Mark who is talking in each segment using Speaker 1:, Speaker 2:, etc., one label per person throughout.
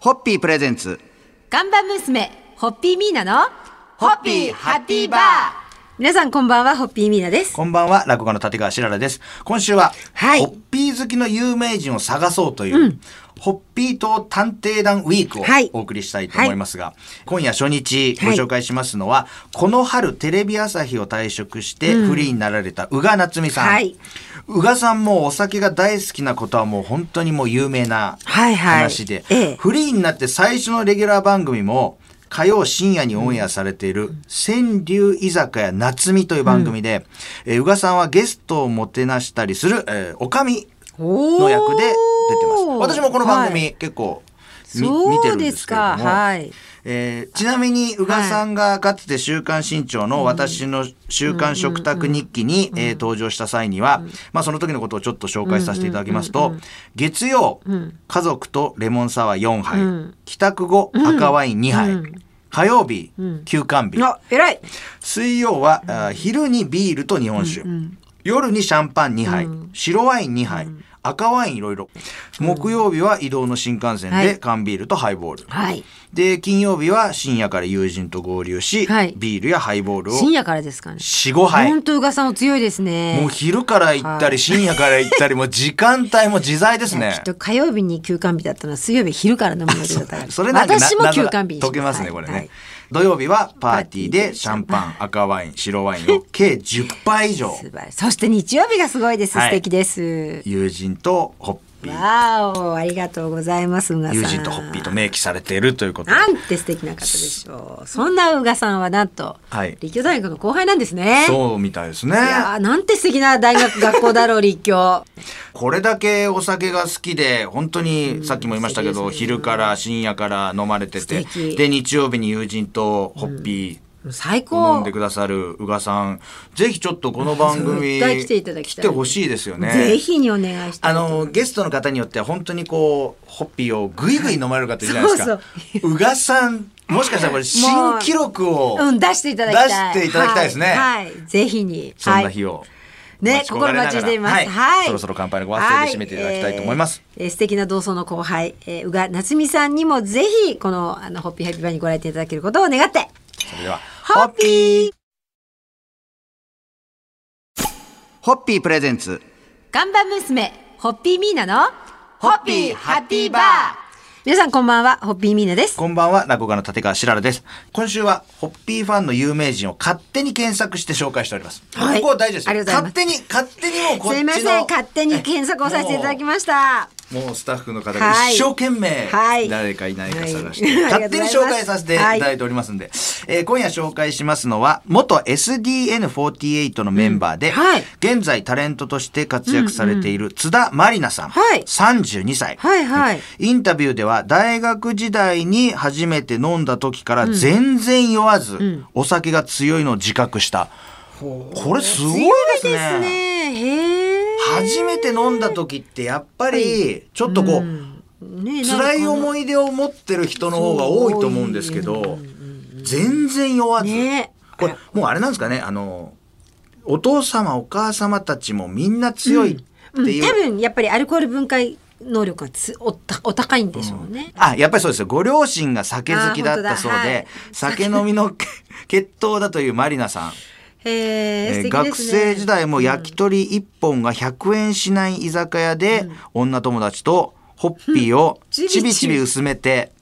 Speaker 1: ホッピープレゼンツ。
Speaker 2: 看板娘、ホッピーミーナの、
Speaker 1: ホッピーハッピーバー
Speaker 2: 皆さんこんばんは、ホッピーミーナです。
Speaker 1: こんばんは、落語の立川しららです。今週は、
Speaker 2: はい
Speaker 1: ホッピー好きの有名人を探そうという、ホッピーと探偵団ウィークを
Speaker 2: はい
Speaker 1: お送りしたいと思いますが、今夜初日ご紹介しますのは、この春テレビ朝日を退職してフリーになられた宇賀夏美さん。
Speaker 2: はい
Speaker 1: 宇賀さんもお酒が大好きなことはもう本当にもう有名な
Speaker 2: はいはい
Speaker 1: 話で、
Speaker 2: ええ
Speaker 1: フリーになって最初のレギュラー番組も、火曜深夜にオンエアされている、川柳居酒屋夏美という番組で、えー宇賀さんはゲストをもてなしたりする、えー、おかみの役で出てます。
Speaker 2: おー
Speaker 1: 私もこの番組、
Speaker 2: はい
Speaker 1: 結構み見て
Speaker 2: そ
Speaker 1: る
Speaker 2: うん
Speaker 1: で
Speaker 2: ですす
Speaker 1: けれど
Speaker 2: か、
Speaker 1: も、
Speaker 2: はい。
Speaker 1: えーちなみに宇賀さんがかつて「週刊新潮」の私の「週刊食卓日記に」えー登場した際には、まあ、その時のことをちょっと紹介させていただきますと月曜家族とレモンサワー4杯帰宅後赤ワイン2杯火曜日休館日
Speaker 2: あ、偉い。
Speaker 1: 水曜はあー昼にビールと日本酒夜にシャンパン2杯白ワイン2杯赤ワインいろいろ木曜日は移動の新幹線
Speaker 2: は
Speaker 1: で
Speaker 2: い
Speaker 1: 缶ビールとハイボール。
Speaker 2: はい。
Speaker 1: で金曜日は深夜から友人と合流し、
Speaker 2: はい
Speaker 1: ビールやハイボールを
Speaker 2: 深夜からですかね。
Speaker 1: 45杯、
Speaker 2: 本当宇賀さんお強いですね。
Speaker 1: もう昼から行ったり深夜から行ったりもう時間帯も自在です
Speaker 2: き
Speaker 1: ね
Speaker 2: っと火曜日に休館日だったのは水曜日昼から飲むのでだったか ら
Speaker 1: それなんかな
Speaker 2: 私も
Speaker 1: 謎
Speaker 2: 休
Speaker 1: が
Speaker 2: 館日にし
Speaker 1: 解けますね
Speaker 2: はい
Speaker 1: これね、
Speaker 2: はい
Speaker 1: 土曜日はパーティーでシャンパン赤ワイン白ワインを計10杯以 上
Speaker 2: 素晴らしいそして日曜日がすごいです、
Speaker 1: はい
Speaker 2: 素敵です
Speaker 1: 友人とホッピー
Speaker 2: わーおありがとうございます宇賀さん
Speaker 1: 友人とホッピーと明記されているということで
Speaker 2: なんて素敵な方でしょうそんな宇賀さんはなんと、
Speaker 1: はい
Speaker 2: 立教大学の後輩なんですね
Speaker 1: そうみたいですね
Speaker 2: いやーなんて素敵な大学学校だろう立教
Speaker 1: これだけお酒が好きで本当にさっきも言いましたけど、
Speaker 2: うん素敵ですね
Speaker 1: 昼から深夜から飲まれてて
Speaker 2: 素敵
Speaker 1: で日曜日に友人とホッピ
Speaker 2: もう最
Speaker 1: ーを飲ん
Speaker 2: 高
Speaker 1: でくださる宇賀さん、ぜひちょっとこの番
Speaker 2: そう
Speaker 1: 組
Speaker 2: 絶対来ていただきたい
Speaker 1: 来てほしいですよね。
Speaker 2: ぜひにお願いしたい
Speaker 1: あ
Speaker 2: と思います
Speaker 1: のゲストの方によっては本当にこうホッピーをぐいぐい飲まれる方いるじゃないですか。
Speaker 2: そう
Speaker 1: 宇賀さんもしかしたらこれ新記録を
Speaker 2: うん、出していただきたい。
Speaker 1: 出していただきたいですね
Speaker 2: はい、はいぜひに。
Speaker 1: そんな日
Speaker 2: を。
Speaker 1: を
Speaker 2: ね、
Speaker 1: 焦が
Speaker 2: 心
Speaker 1: れながら
Speaker 2: 待ちしています。はい。
Speaker 1: はいそろそろ乾杯のご発声で締めていただきたいと思います。
Speaker 2: はえーえー素敵な同窓の後輩、えー、宇賀夏美さんにもぜひ、この、あの、ホッピーハッピーバーにご来店いただけることを願って。
Speaker 1: それでは
Speaker 2: ホッピー
Speaker 1: ホッピープレゼンツ
Speaker 2: 看板娘、ホッピーミーナの、
Speaker 1: ホッピーハッピーバー
Speaker 2: 皆さんこんばんは、ホッピーミーナです。
Speaker 1: こんばんは、落語家の立川しららです。今週は、ホッピーファンの有名人を勝手に検索して紹介しております。
Speaker 2: はい
Speaker 1: ここ大事ですよ
Speaker 2: ありがとうございます
Speaker 1: 勝手に、勝手にもうこっ
Speaker 2: す
Speaker 1: ち
Speaker 2: い
Speaker 1: の。
Speaker 2: ません、勝手に検索をさせていただきました。
Speaker 1: もう。もうスタッフの方が
Speaker 2: はい
Speaker 1: 一生懸命、
Speaker 2: はい
Speaker 1: 誰かいないか探して、
Speaker 2: はい
Speaker 1: 勝手に紹介させていただいておりますんで、えー今夜紹介しますのは、元 SDN48 のメンバーで、
Speaker 2: うんはい
Speaker 1: 現在タレントとして活躍されている津田まりなさん、
Speaker 2: はい
Speaker 1: 32歳。
Speaker 2: はいはい。
Speaker 1: インタビューでは大学時代に初めて飲んだ時から全然酔わずお酒が強いのを自覚した、これすごいですね
Speaker 2: 強いですね。へえ。
Speaker 1: 初めて飲んだ時ってやっぱりちょっとこう、
Speaker 2: ね
Speaker 1: 辛い
Speaker 2: い
Speaker 1: 思い出を持ってる人の方が多いと思うんですけど全然酔わず、
Speaker 2: ね
Speaker 1: これもうあれなんですかねあのお父様お母様たちもみんな強いって
Speaker 2: うん
Speaker 1: いう、
Speaker 2: 多分やっぱりアルコール分解能力がつおたお高いんでしょうね。
Speaker 1: あ、やっぱりそうですよ。ご両親が酒好きだったそうで、
Speaker 2: あー本当だはい
Speaker 1: 酒飲みの 血統だというマリナさん。
Speaker 2: へえ
Speaker 1: えー
Speaker 2: 素敵で
Speaker 1: 学
Speaker 2: すね。
Speaker 1: 生時代も焼き鳥1本が100円しない居酒屋で、女友達とホッピーを
Speaker 2: ちび
Speaker 1: ち
Speaker 2: ちび
Speaker 1: びちび薄めて、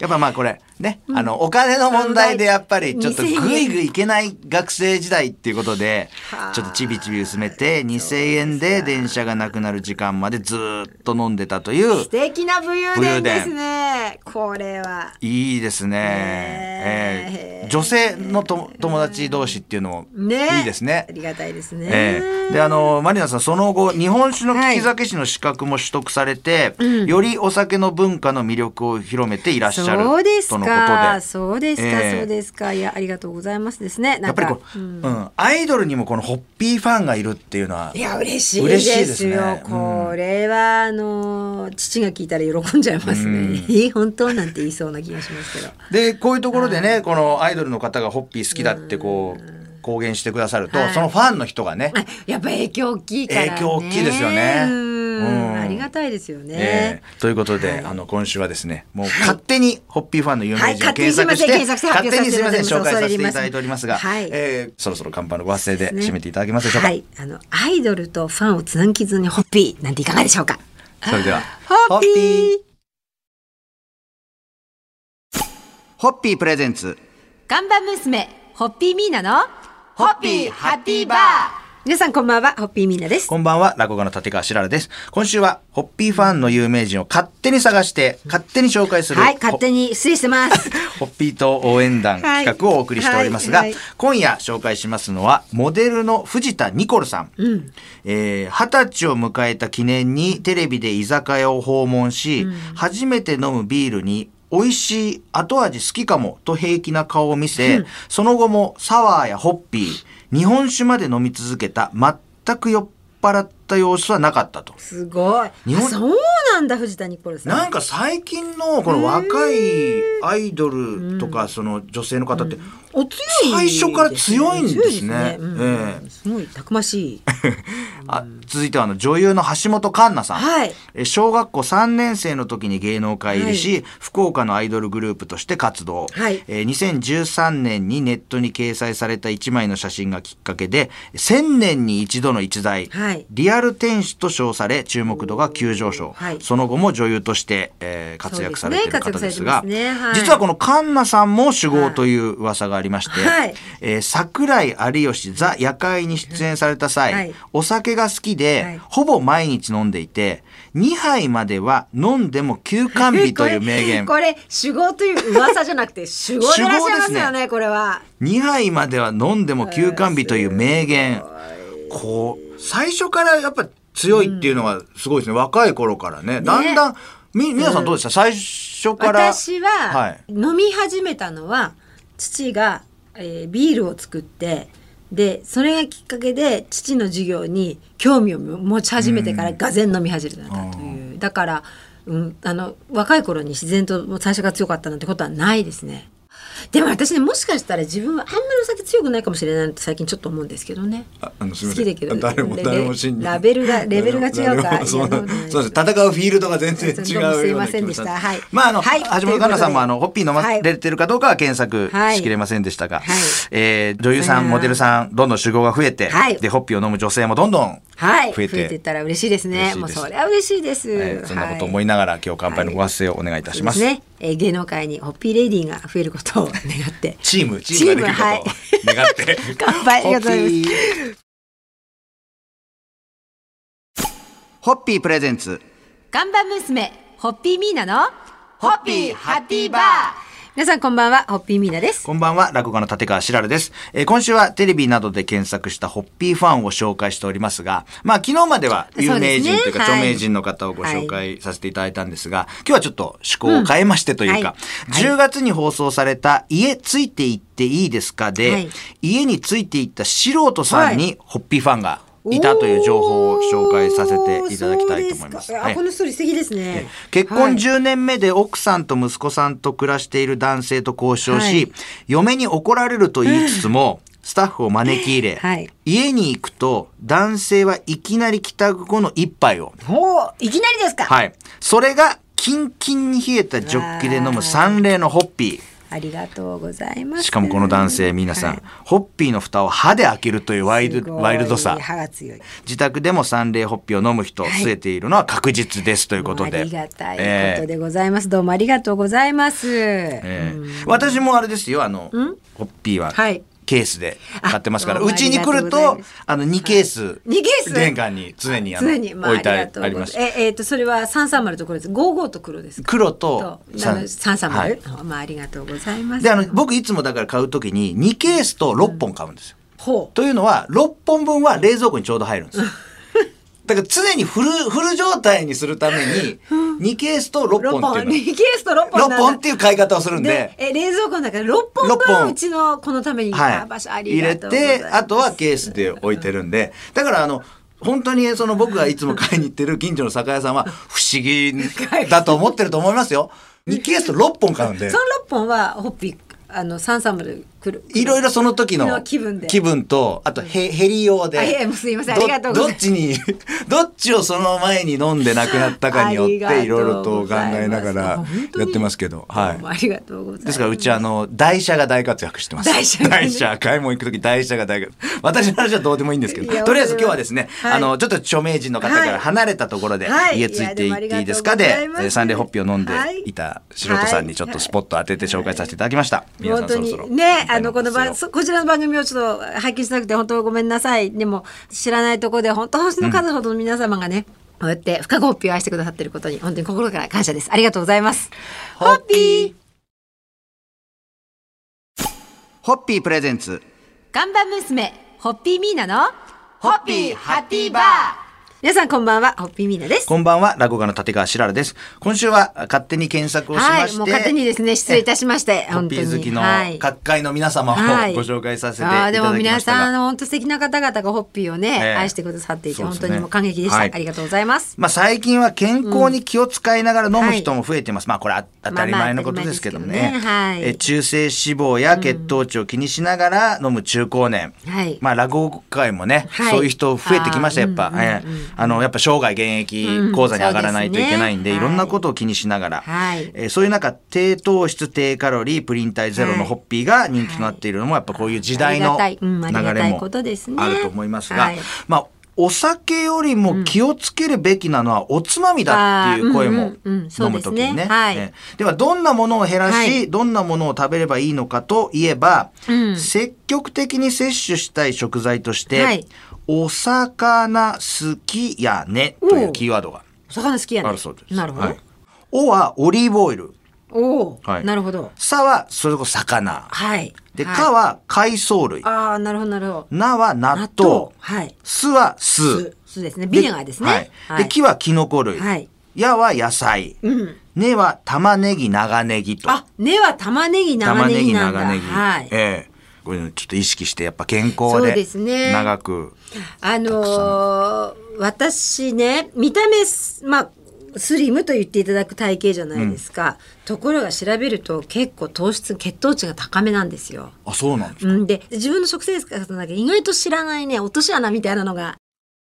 Speaker 1: やっぱまあこれね、あのお金の問題でやっぱりちょっと
Speaker 2: 2000円
Speaker 1: ぐいぐいいけない学生時代っていうことで
Speaker 2: はあ
Speaker 1: ちょっとちびちび薄めて2,000円で電車がなくなる時間までずーっと飲んでたという
Speaker 2: 素敵な武勇伝です
Speaker 1: 武
Speaker 2: ね。これは。
Speaker 1: いいですね。
Speaker 2: ねえ
Speaker 1: えー女性のと友達同士っていうのも
Speaker 2: ね。
Speaker 1: いいですね
Speaker 2: あ。りがたいですね。
Speaker 1: えーであのマリナさんその後日本酒の利き酒師の資格も取得されて、よりお酒の文化の魅力を広めていらっしゃる
Speaker 2: そうです
Speaker 1: とのことで
Speaker 2: か。そうですか、
Speaker 1: ええ
Speaker 2: そうですか。いやありがとうございますですね。
Speaker 1: や
Speaker 2: な
Speaker 1: っ
Speaker 2: ん
Speaker 1: ぱ
Speaker 2: か
Speaker 1: りこう、うんアイドルにもこのホッピーファンがいるっていうのはい
Speaker 2: や嬉しいで
Speaker 1: 嬉しいですす
Speaker 2: よ。
Speaker 1: ねうん
Speaker 2: これはあの父が聞いたら喜んじゃいますね。本当なんて言いそうな気がしますけど。
Speaker 1: でこういうところでねこのアイドルの方がホッピー好きだってこう公言してくださると、
Speaker 2: はい
Speaker 1: そのファンの人がね
Speaker 2: あやっぱ影響大きいからね。
Speaker 1: 影響大きいですよね
Speaker 2: うん
Speaker 1: うん
Speaker 2: ありがたいですよ
Speaker 1: え
Speaker 2: ね。
Speaker 1: ーということで、
Speaker 2: はい
Speaker 1: あの今週はですねもう勝手にホッピーファンの有名人を
Speaker 2: はい
Speaker 1: 検索して,、
Speaker 2: 勝手にすいません検索
Speaker 1: に
Speaker 2: して発表
Speaker 1: すいません
Speaker 2: させていた
Speaker 1: 紹
Speaker 2: だいて
Speaker 1: 介させていただいて
Speaker 2: 恐
Speaker 1: おり
Speaker 2: れ入り
Speaker 1: ま
Speaker 2: ますす
Speaker 1: が、
Speaker 2: はい
Speaker 1: えーそろそろ乾杯のご発声で
Speaker 2: ね
Speaker 1: 締めていただけますでしょうか、
Speaker 2: はい、あのアイドルとファンをつなぎずにホッピーなんていかがでしょうか。
Speaker 1: それでは
Speaker 2: ホッピー
Speaker 1: ホッピープレゼンツ
Speaker 2: ガンバ娘ホッピーミーナの
Speaker 1: ホッピーハッピーバー
Speaker 2: 皆さんこんばんはホッピーミーナです。
Speaker 1: こんばんは、落語家の立川しららです。今週は、ホッピーファンの有名人を勝手に探して、勝手に紹介する、
Speaker 2: はい勝手に失礼し てます。
Speaker 1: ホッピーと応援団
Speaker 2: はい
Speaker 1: 企画をお送りしておりますが、
Speaker 2: はいはい
Speaker 1: 今夜紹介しますのは、モデルの藤田ニコルさん。えー二十歳を迎えた記念にテレビで居酒屋を訪問し、初めて飲むビールに、美味しい、後味好きかも、と平気な顔を見せ、その後もサワーやホッピー、日本酒まで飲み続けた、全く酔っ払った様子はなかったと。
Speaker 2: すごい。
Speaker 1: 日本
Speaker 2: あそうなんだ藤田ニコルさん。
Speaker 1: なんか最近のこの若いアイドルとかその女性の方って
Speaker 2: お強い
Speaker 1: 最
Speaker 2: ですね、
Speaker 1: 初から強いんですね
Speaker 2: 強うん
Speaker 1: ええ
Speaker 2: すごいたくましい。
Speaker 1: あ続いてはあの女優の橋本環奈さん。
Speaker 2: はい
Speaker 1: え小学校3年生の時に芸能界入りし、福岡のアイドルグループとして活動、
Speaker 2: はい
Speaker 1: えー2013年にネットに掲載された1枚の写真がきっかけで1000年に一度の一代、
Speaker 2: はい
Speaker 1: リアル天使と称され注目度が急上昇、
Speaker 2: はい
Speaker 1: その後も女優として、えー活躍されている方ですが
Speaker 2: そうですね活躍されてますねはい
Speaker 1: 実はこの環奈さんも酒豪という噂がありまして、
Speaker 2: はい
Speaker 1: えー桜井有吉ザ夜会に出演された際、
Speaker 2: はい
Speaker 1: お酒が好きで、
Speaker 2: はい
Speaker 1: ほぼ毎日飲んでいて、2杯までは飲んでも休館日という名言。
Speaker 2: これ、酒豪という噂じゃなくて、酒豪でいらっしゃいますよ
Speaker 1: 酒豪で
Speaker 2: ね、これは。
Speaker 1: 2杯までは飲んでも休館日という名言。こう、最初からやっぱ強いっていうのはすごいですね。若い頃からね。だんだん、み、皆さんどうでした、最初から。
Speaker 2: 私は、
Speaker 1: はい。
Speaker 2: 飲み始めたのは、父が、えービールを作って、で、それがきっかけで、父の授業に興味を持ち始めてから、がぜん飲み始めたという。だから、うん、あの、若い頃に自然ともう最初が強かったなんてことはないですね。でも私ね、もしかしたら自分はあんまりお酒強くないかもしれないなって最近ちょっと思うんですけどね。
Speaker 1: ああのすみ
Speaker 2: 好
Speaker 1: ません
Speaker 2: きだけど
Speaker 1: 誰も
Speaker 2: レ
Speaker 1: 誰も信じ
Speaker 2: ラベルがレベルが違うから
Speaker 1: 誰もそう
Speaker 2: いや
Speaker 1: そう
Speaker 2: どう
Speaker 1: で
Speaker 2: です
Speaker 1: 戦うフィールドが全然違うような気が
Speaker 2: すいませんでしたはい
Speaker 1: まああの、
Speaker 2: はい
Speaker 1: 橋本環奈さんもあの
Speaker 2: と
Speaker 1: ホ
Speaker 2: い
Speaker 1: ッ
Speaker 2: うことで
Speaker 1: ピー飲ま
Speaker 2: はい
Speaker 1: れてるかどうかは検索しきれませんでしたが、
Speaker 2: はい
Speaker 1: えー女優さん
Speaker 2: はい
Speaker 1: モデルさんどんどん酒豪が増えて、
Speaker 2: はい
Speaker 1: でホッピーを飲む女性もどんどん
Speaker 2: はい、
Speaker 1: 増
Speaker 2: 増
Speaker 1: え
Speaker 2: え
Speaker 1: て
Speaker 2: ていったら嬉しいです
Speaker 1: 嬉
Speaker 2: ね。
Speaker 1: しい
Speaker 2: もう
Speaker 1: です
Speaker 2: それは嬉しいです。
Speaker 1: えーそんなことを思い
Speaker 2: な
Speaker 1: ながら、今日乾杯のご発声をお願いいたします。
Speaker 2: ね、えー芸能界にホッピーレディーが増えることを願 って。
Speaker 1: チームチームができることを願って、
Speaker 2: 乾杯 ありがとうございます
Speaker 1: す。ホッピープレゼンツ
Speaker 2: 看板娘ホッピーミーナの
Speaker 1: ホッピーハッピーバー
Speaker 2: 皆さんこんばんはホッピーミーナです。
Speaker 1: こんばんは、落語家の立川しらるです。えー今週はテレビなどで検索したホッピーファンを紹介しておりますが、まあ昨日までは有名人というか
Speaker 2: そう
Speaker 1: 著
Speaker 2: ですねはい
Speaker 1: 名人の方をご紹介させていただいたんですが、今日はちょっと趣向を変えましてというか、
Speaker 2: うんはい
Speaker 1: 10月に放送された家ついていっていいですかで、
Speaker 2: はい
Speaker 1: 家についていった素人さんにホッピーファンがいたという情報を紹介させていただきたいと思います。
Speaker 2: おーそうでか
Speaker 1: は
Speaker 2: あ
Speaker 1: い
Speaker 2: このストーリー素敵ですね。
Speaker 1: 結婚
Speaker 2: はい
Speaker 1: 10年目で奥さんと息子さんと暮らしている男性と交渉し、
Speaker 2: はい
Speaker 1: 嫁に怒られると言いつつ も、スタッフを招き入れ、
Speaker 2: はい
Speaker 1: 家に行くと男性はいきなり帰宅後の一杯を、
Speaker 2: ほういきなりですか。
Speaker 1: はい、それがキンキンに冷えたジョッキで飲む三例のホッピ
Speaker 2: ありがとうございま
Speaker 1: ー。
Speaker 2: す。
Speaker 1: しかもこの男性皆さん、ホッピーの蓋を歯で開けるというワイ
Speaker 2: す
Speaker 1: ル
Speaker 2: ごい
Speaker 1: ワイルドさ
Speaker 2: 歯が強い。
Speaker 1: 自宅でも三例ホッピーを飲む人増えているのは確実ですということで、
Speaker 2: ありがた
Speaker 1: え
Speaker 2: い
Speaker 1: え
Speaker 2: ことでございます。どうもありがとうございます。
Speaker 1: ええ私もあれですよあのホッピーは
Speaker 2: はい
Speaker 1: ケースで買ってますから、
Speaker 2: あどう
Speaker 1: う
Speaker 2: も
Speaker 1: ちに来る
Speaker 2: ありがとう
Speaker 1: と
Speaker 2: ございます
Speaker 1: あの2ケース、
Speaker 2: 二ケース
Speaker 1: 玄関に常にあの
Speaker 2: 常に、まあ、あ
Speaker 1: 置い
Speaker 2: り
Speaker 1: て
Speaker 2: が
Speaker 1: あ
Speaker 2: と
Speaker 1: あ
Speaker 2: う
Speaker 1: りま
Speaker 2: ございます。
Speaker 1: す
Speaker 2: え、えっ、と、それは三三丸ところです。五五と黒ですか。
Speaker 1: 黒
Speaker 2: と
Speaker 1: と、
Speaker 2: あの三三
Speaker 1: は
Speaker 2: 丸
Speaker 1: い、
Speaker 2: まあ、ありがとうございます。
Speaker 1: であの僕いつもだから買う時に2ケースと6本買うんですよ、
Speaker 2: ほう。
Speaker 1: というのは6本分は冷蔵庫にちょうど入るん ですよだから常にフルフル状態にするために2ケースと6
Speaker 2: 六
Speaker 1: 本って
Speaker 2: 本、
Speaker 1: いう
Speaker 2: 二ケースと六
Speaker 1: の
Speaker 2: 本なんだ。
Speaker 1: 6本っていう買い方をするんで
Speaker 2: で、え、冷蔵庫の中で六本
Speaker 1: 六本
Speaker 2: 分、うちのこのために、あ場所あり
Speaker 1: 入
Speaker 2: が
Speaker 1: れ
Speaker 2: とうございます。
Speaker 1: てあとはケースで置いてるんでだからあの本当にその僕がいつも買いに行ってる近所の酒屋さんは不思議だと思ってると思いますよ。2ケースと6本買うんで
Speaker 2: その六本は、ホッピー、あの三三丸くる
Speaker 1: いろいろその時の
Speaker 2: 気分で
Speaker 1: 気分とあとへヘリ用
Speaker 2: あいや
Speaker 1: で
Speaker 2: もうすいませんありがと
Speaker 1: ど
Speaker 2: う
Speaker 1: ど
Speaker 2: ござい
Speaker 1: っ
Speaker 2: ます
Speaker 1: ちに どっちをその前に飲んでなくなったかによっ
Speaker 2: ありがとうございま
Speaker 1: ていろいろと考
Speaker 2: す
Speaker 1: えながら
Speaker 2: 本当に
Speaker 1: やってますけどはい
Speaker 2: どうもありがとうございます
Speaker 1: ですからうちあの台車が大活躍してます。
Speaker 2: 台車がね
Speaker 1: 買い物行く時台車が大活躍。私の話はどうでもいいんですけ
Speaker 2: いや
Speaker 1: ど、とりあえず今日はですね、
Speaker 2: はい
Speaker 1: あのちょっと著名人の方か
Speaker 2: はい
Speaker 1: ら離れたところで、
Speaker 2: はい
Speaker 1: 家ついていっていいですか
Speaker 2: いや
Speaker 1: で
Speaker 2: でもありがとうございま、す
Speaker 1: えーサンデーホッピーを飲んで
Speaker 2: はい
Speaker 1: いた素人さんにちょっとスポット当てて紹介させていただきました。皆さ
Speaker 2: 本
Speaker 1: んそ
Speaker 2: 当
Speaker 1: ろ
Speaker 2: に
Speaker 1: そろ
Speaker 2: ね、あのこの
Speaker 1: 本当
Speaker 2: 番
Speaker 1: に
Speaker 2: そこちらの番組をちょっと拝見しなくて本当ごめんなさい。でも知らないところで本当星の数ほどの皆様がね、こうやって深くホッピーを愛してくださっていることに本当に心から感謝です。ありがとうございます。
Speaker 1: ホッピーホッピープレゼンツ。
Speaker 2: 看板娘ホッピーミーナの
Speaker 1: ホッピーハッピーバー
Speaker 2: 皆さんこんばんはホッピーミーナです。
Speaker 1: こんばんは、落語家の立川しららです。今週は勝手に検索をしま
Speaker 2: は
Speaker 1: し
Speaker 2: い、
Speaker 1: て、
Speaker 2: もう勝手にですね失礼いたしまして
Speaker 1: ホッ
Speaker 2: 本当
Speaker 1: ピ
Speaker 2: に
Speaker 1: ー好きの
Speaker 2: はい
Speaker 1: 各界の皆様をご
Speaker 2: はい
Speaker 1: 紹介させてい
Speaker 2: あー
Speaker 1: ただ
Speaker 2: で
Speaker 1: き
Speaker 2: も
Speaker 1: ま
Speaker 2: 皆
Speaker 1: したが
Speaker 2: さん、本当素敵な方々がホッピーをね、
Speaker 1: ええ
Speaker 2: 愛してくださっていて、
Speaker 1: そうで
Speaker 2: 本
Speaker 1: すね
Speaker 2: 当にもう感激でした、
Speaker 1: はい
Speaker 2: ありがとうございます。
Speaker 1: まあ、最近は健康に気を使いながら飲む人も増えてます。まあこれあ当たり前のことですけども
Speaker 2: まあまあ
Speaker 1: ね
Speaker 2: 当たり前ですけどねはい。
Speaker 1: え中性脂肪や血糖値を気にしながら飲む中高年。
Speaker 2: はい
Speaker 1: まあ落語界もね、
Speaker 2: はい
Speaker 1: そういう人増えてきました、やっぱ。
Speaker 2: あー
Speaker 1: ええあの、やっぱ生涯現役講座に上がらないといけないんで、
Speaker 2: うんそうですね
Speaker 1: いろんなことを気にしながら。
Speaker 2: はい
Speaker 1: えーそういう中、低糖質、低カロリー、プリン体ゼロのホッピーが人気となっているのも、やっぱこういう時代の
Speaker 2: あり
Speaker 1: 流
Speaker 2: がたいうんありがた
Speaker 1: れ
Speaker 2: い
Speaker 1: も
Speaker 2: ことですね
Speaker 1: あると思います
Speaker 2: は
Speaker 1: が
Speaker 2: い、
Speaker 1: まあ、お酒よりも気をつけるべきなのはおつまみだっていう声
Speaker 2: あ
Speaker 1: も
Speaker 2: ーうんうんうん
Speaker 1: 飲
Speaker 2: そうで
Speaker 1: む
Speaker 2: す
Speaker 1: 時
Speaker 2: ね
Speaker 1: にね
Speaker 2: はい
Speaker 1: ねではどんなものを減らし、
Speaker 2: はい
Speaker 1: どんなものを食べればいいのかといえば、
Speaker 2: うん
Speaker 1: 積極的に摂取したい食材として、
Speaker 2: はい
Speaker 1: お魚好きやねというキーワードが
Speaker 2: お魚好きやね。
Speaker 1: あるそうです。
Speaker 2: なるほど。
Speaker 1: はいおはオリーブオイル。
Speaker 2: おお、
Speaker 1: はい
Speaker 2: なるほど。
Speaker 1: さはそれこそ魚。
Speaker 2: はい。
Speaker 1: で、
Speaker 2: はい
Speaker 1: かは海藻類。
Speaker 2: ああ、なるほど、なるほど。
Speaker 1: なは納
Speaker 2: 納豆
Speaker 1: 豆。。
Speaker 2: はい。
Speaker 1: すは酢
Speaker 2: 酢。酢ですね。ビネガーですね。
Speaker 1: はいで、木はキノコ類。
Speaker 2: はい
Speaker 1: やは野菜。
Speaker 2: うん。
Speaker 1: 根は玉ねぎ、長ネギと。
Speaker 2: あ、根は玉ねぎ、長ネギなんだ。はい。
Speaker 1: ええこれちょっと意識してやっぱ健康
Speaker 2: そう
Speaker 1: で
Speaker 2: ですね
Speaker 1: 長く
Speaker 2: あのー私ね見た目すまあスリムと言っていただく体型じゃないですか、ところが調べると結構糖質血糖値が高めなんですよ。
Speaker 1: あそうなんです
Speaker 2: うん、で自分の食生活の中で意外と知らないね落とし穴みたいなのが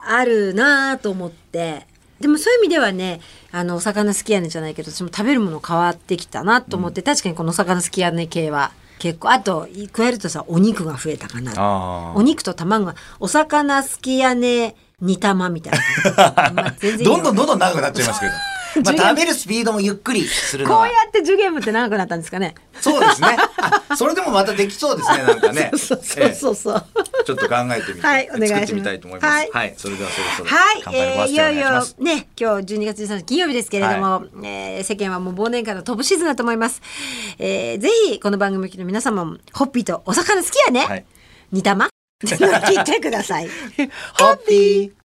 Speaker 2: あるなぁと思ってでもそういう意味ではねあのお魚好きやねんじゃないけど私も食べるもの変わってきたなと思って、確かにこのお魚好きやね系は結構あと加えるとさお肉が増えたかなって
Speaker 1: あ
Speaker 2: お肉と卵がお魚すきやね煮玉みたい な。まあ全
Speaker 1: あ
Speaker 2: 然いいよ
Speaker 1: どんどんどんどん長くなっちゃいますけ どまあ食べるスピードもゆっくりするの
Speaker 2: こう
Speaker 1: は
Speaker 2: やって受験部って長くなったんですかね。
Speaker 1: そうですねあそれでもまたできそうですねなんかね
Speaker 2: そうそうそうそう。
Speaker 1: ええちょっと考えてみて、
Speaker 2: はいお願いします
Speaker 1: 作ってみたいと思います
Speaker 2: は
Speaker 1: はいい、それではそろそろ
Speaker 2: はい、
Speaker 1: 乾杯のご
Speaker 2: えー、
Speaker 1: 発
Speaker 2: い
Speaker 1: 声
Speaker 2: よ
Speaker 1: お願
Speaker 2: い
Speaker 1: いしま
Speaker 2: よ
Speaker 1: す、
Speaker 2: ね今日12月13日金曜日ですけれども、えー世間はもう忘年会の飛ぶシーズンだと思います、えー、ぜひこの番組の皆様もホッピーとお魚好きやね、
Speaker 1: はい
Speaker 2: 煮玉聞いてください
Speaker 1: ホッピー